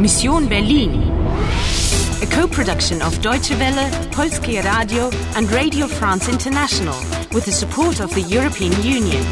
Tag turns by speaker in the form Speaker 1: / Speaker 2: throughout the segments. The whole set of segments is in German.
Speaker 1: Mission Berlin. A co-production of Deutsche Welle, Polskie Radio and Radio France International with the support of the European Union.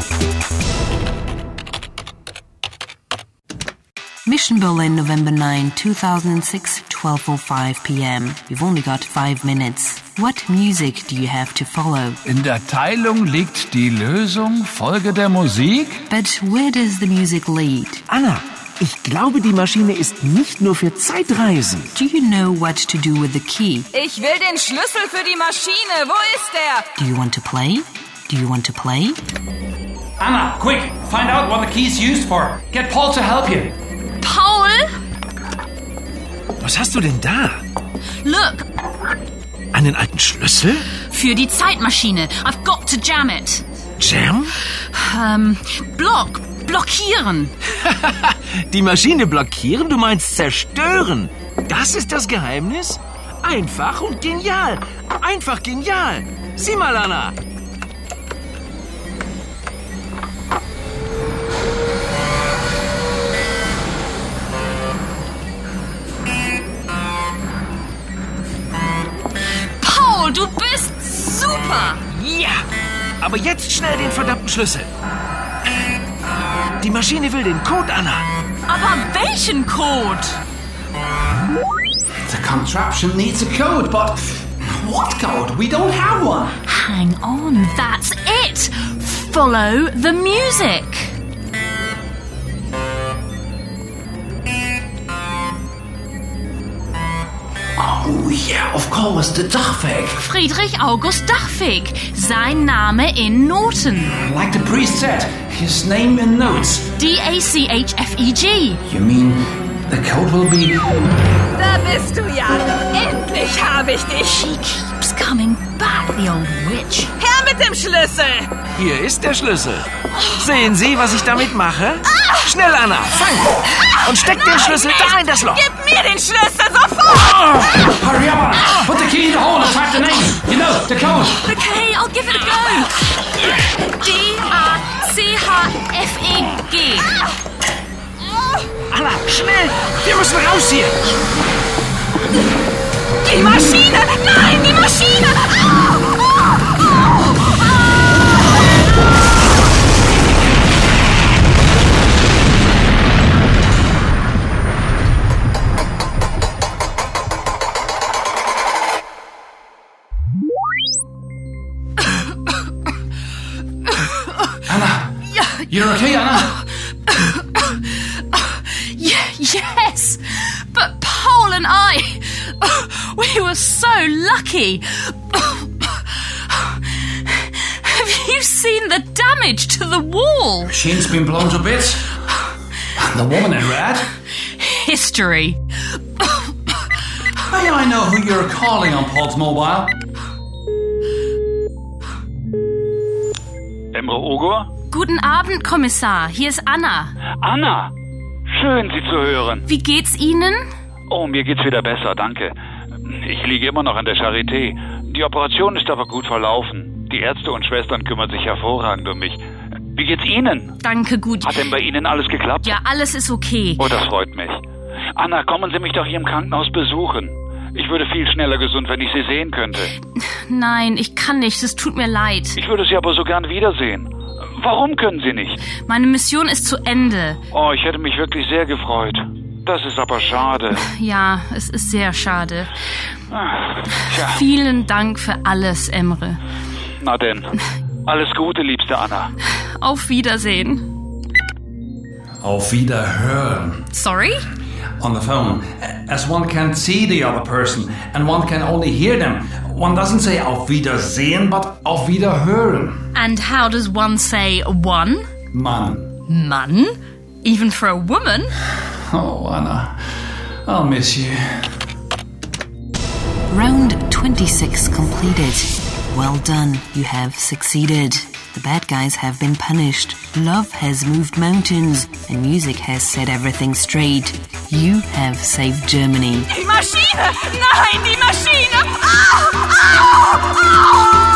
Speaker 2: Mission Berlin, November 9, 2006, 12.05 pm. We've only got five minutes. What music do you have to follow?
Speaker 3: In der Teilung liegt die Lösung. Folge der Musik.
Speaker 2: But where does the music lead?
Speaker 4: Anna, ich glaube, die Maschine ist nicht nur für Zeitreisen.
Speaker 2: Do you know what to do with the key?
Speaker 5: Ich will den Schlüssel für die Maschine. Wo ist er?
Speaker 2: Do you want to play? Do you want to play?
Speaker 6: Anna, quick! Find out what the key's used for. Get Paul to help you.
Speaker 7: Paul,
Speaker 4: Was hast du denn da?
Speaker 7: look,
Speaker 4: Einen alten Schlüssel?
Speaker 7: für die Zeitmaschine. I've got to jam it.
Speaker 4: Jam?
Speaker 7: Ähm, block, blockieren.
Speaker 4: Die Maschine blockieren? Du meinst zerstören? Das ist das Geheimnis? Einfach und genial. Einfach genial. Sieh mal, Anna.
Speaker 7: Paul, du bist super.
Speaker 4: Ja. Aber jetzt schnell den verdammten Schlüssel. Die Maschine will den Code, Anna.
Speaker 7: Aber welchen Code?
Speaker 6: The contraption needs a code, but what code? We don't have one.
Speaker 7: Hang on, that's it. Follow the music.
Speaker 6: Oh yeah, of course, the Dachweg.
Speaker 7: Friedrich August Dachweg, sein Name in Noten.
Speaker 6: Like the priest said, his name in notes.
Speaker 7: E D-A-C-H-F-E-G.
Speaker 6: You mean the code will be
Speaker 5: Da bist du ja. Endlich habe ich dich.
Speaker 7: She keeps coming back, the old witch.
Speaker 5: Her mit dem Schlüssel.
Speaker 4: Hier ist der Schlüssel. Sehen Sie, was ich damit mache? Schnell, Anna, fang! Und steck den Schlüssel da in das Loch.
Speaker 5: Gib mir den Schlüssel sofort.
Speaker 6: Hurry up! Anna. Put the key in the hole and type the name. You know, the code.
Speaker 7: Okay, I'll give it a go. D-A-C-H-F-E-G.
Speaker 4: Oh, Anna, schnell! Wir müssen raus hier!
Speaker 5: Die Maschine. Nein, die Maschine. Au, au, au.
Speaker 6: You're okay, Anna?
Speaker 7: Yeah, yes. But Paul and I, we were so lucky. Have you seen the damage to the wall?
Speaker 6: Machine's been blown to bits. The woman in red.
Speaker 7: History.
Speaker 6: Now I know who you're calling on Paul's mobile.
Speaker 8: Emre Ogur?
Speaker 7: Guten Abend, Kommissar. Hier ist Anna.
Speaker 8: Anna! Schön, Sie zu hören.
Speaker 7: Wie geht's Ihnen?
Speaker 8: Oh, mir geht's wieder besser, danke. Ich liege immer noch an der Charité. Die Operation ist aber gut verlaufen. Die Ärzte und Schwestern kümmern sich hervorragend um mich. Wie geht's Ihnen?
Speaker 7: Danke, gut.
Speaker 8: Hat denn bei Ihnen alles geklappt?
Speaker 7: Ja, alles ist okay.
Speaker 8: Oh, das freut mich. Anna, kommen Sie mich doch hier im Krankenhaus besuchen. Ich würde viel schneller gesund, wenn ich Sie sehen könnte.
Speaker 7: Nein, ich kann nicht. Es tut mir leid.
Speaker 8: Ich würde Sie aber so gern wiedersehen. Warum können Sie nicht?
Speaker 7: Meine Mission ist zu Ende.
Speaker 8: Oh, ich hätte mich wirklich sehr gefreut. Das ist aber schade.
Speaker 7: Ja, es ist sehr schade.
Speaker 8: Ah, Tja.
Speaker 7: Vielen Dank für alles, Emre.
Speaker 8: Na denn. Alles Gute, liebste Anna.
Speaker 7: Auf Wiedersehen.
Speaker 6: Auf Wiederhören.
Speaker 7: Sorry?
Speaker 6: on the phone, as one can't see the other person and one can only hear them. One doesn't say auf Wiedersehen, but auf Wiederhören.
Speaker 7: And how does one say one?
Speaker 6: Man.
Speaker 7: Mann? Even for a woman?
Speaker 6: Oh, Anna, I'll miss you.
Speaker 2: Round 26 completed. Well done, you have succeeded. The bad guys have been punished. Love has moved mountains, and music has set everything straight. You have saved Germany.
Speaker 5: Die Maschine. Nein, die Maschine. Au, au, au.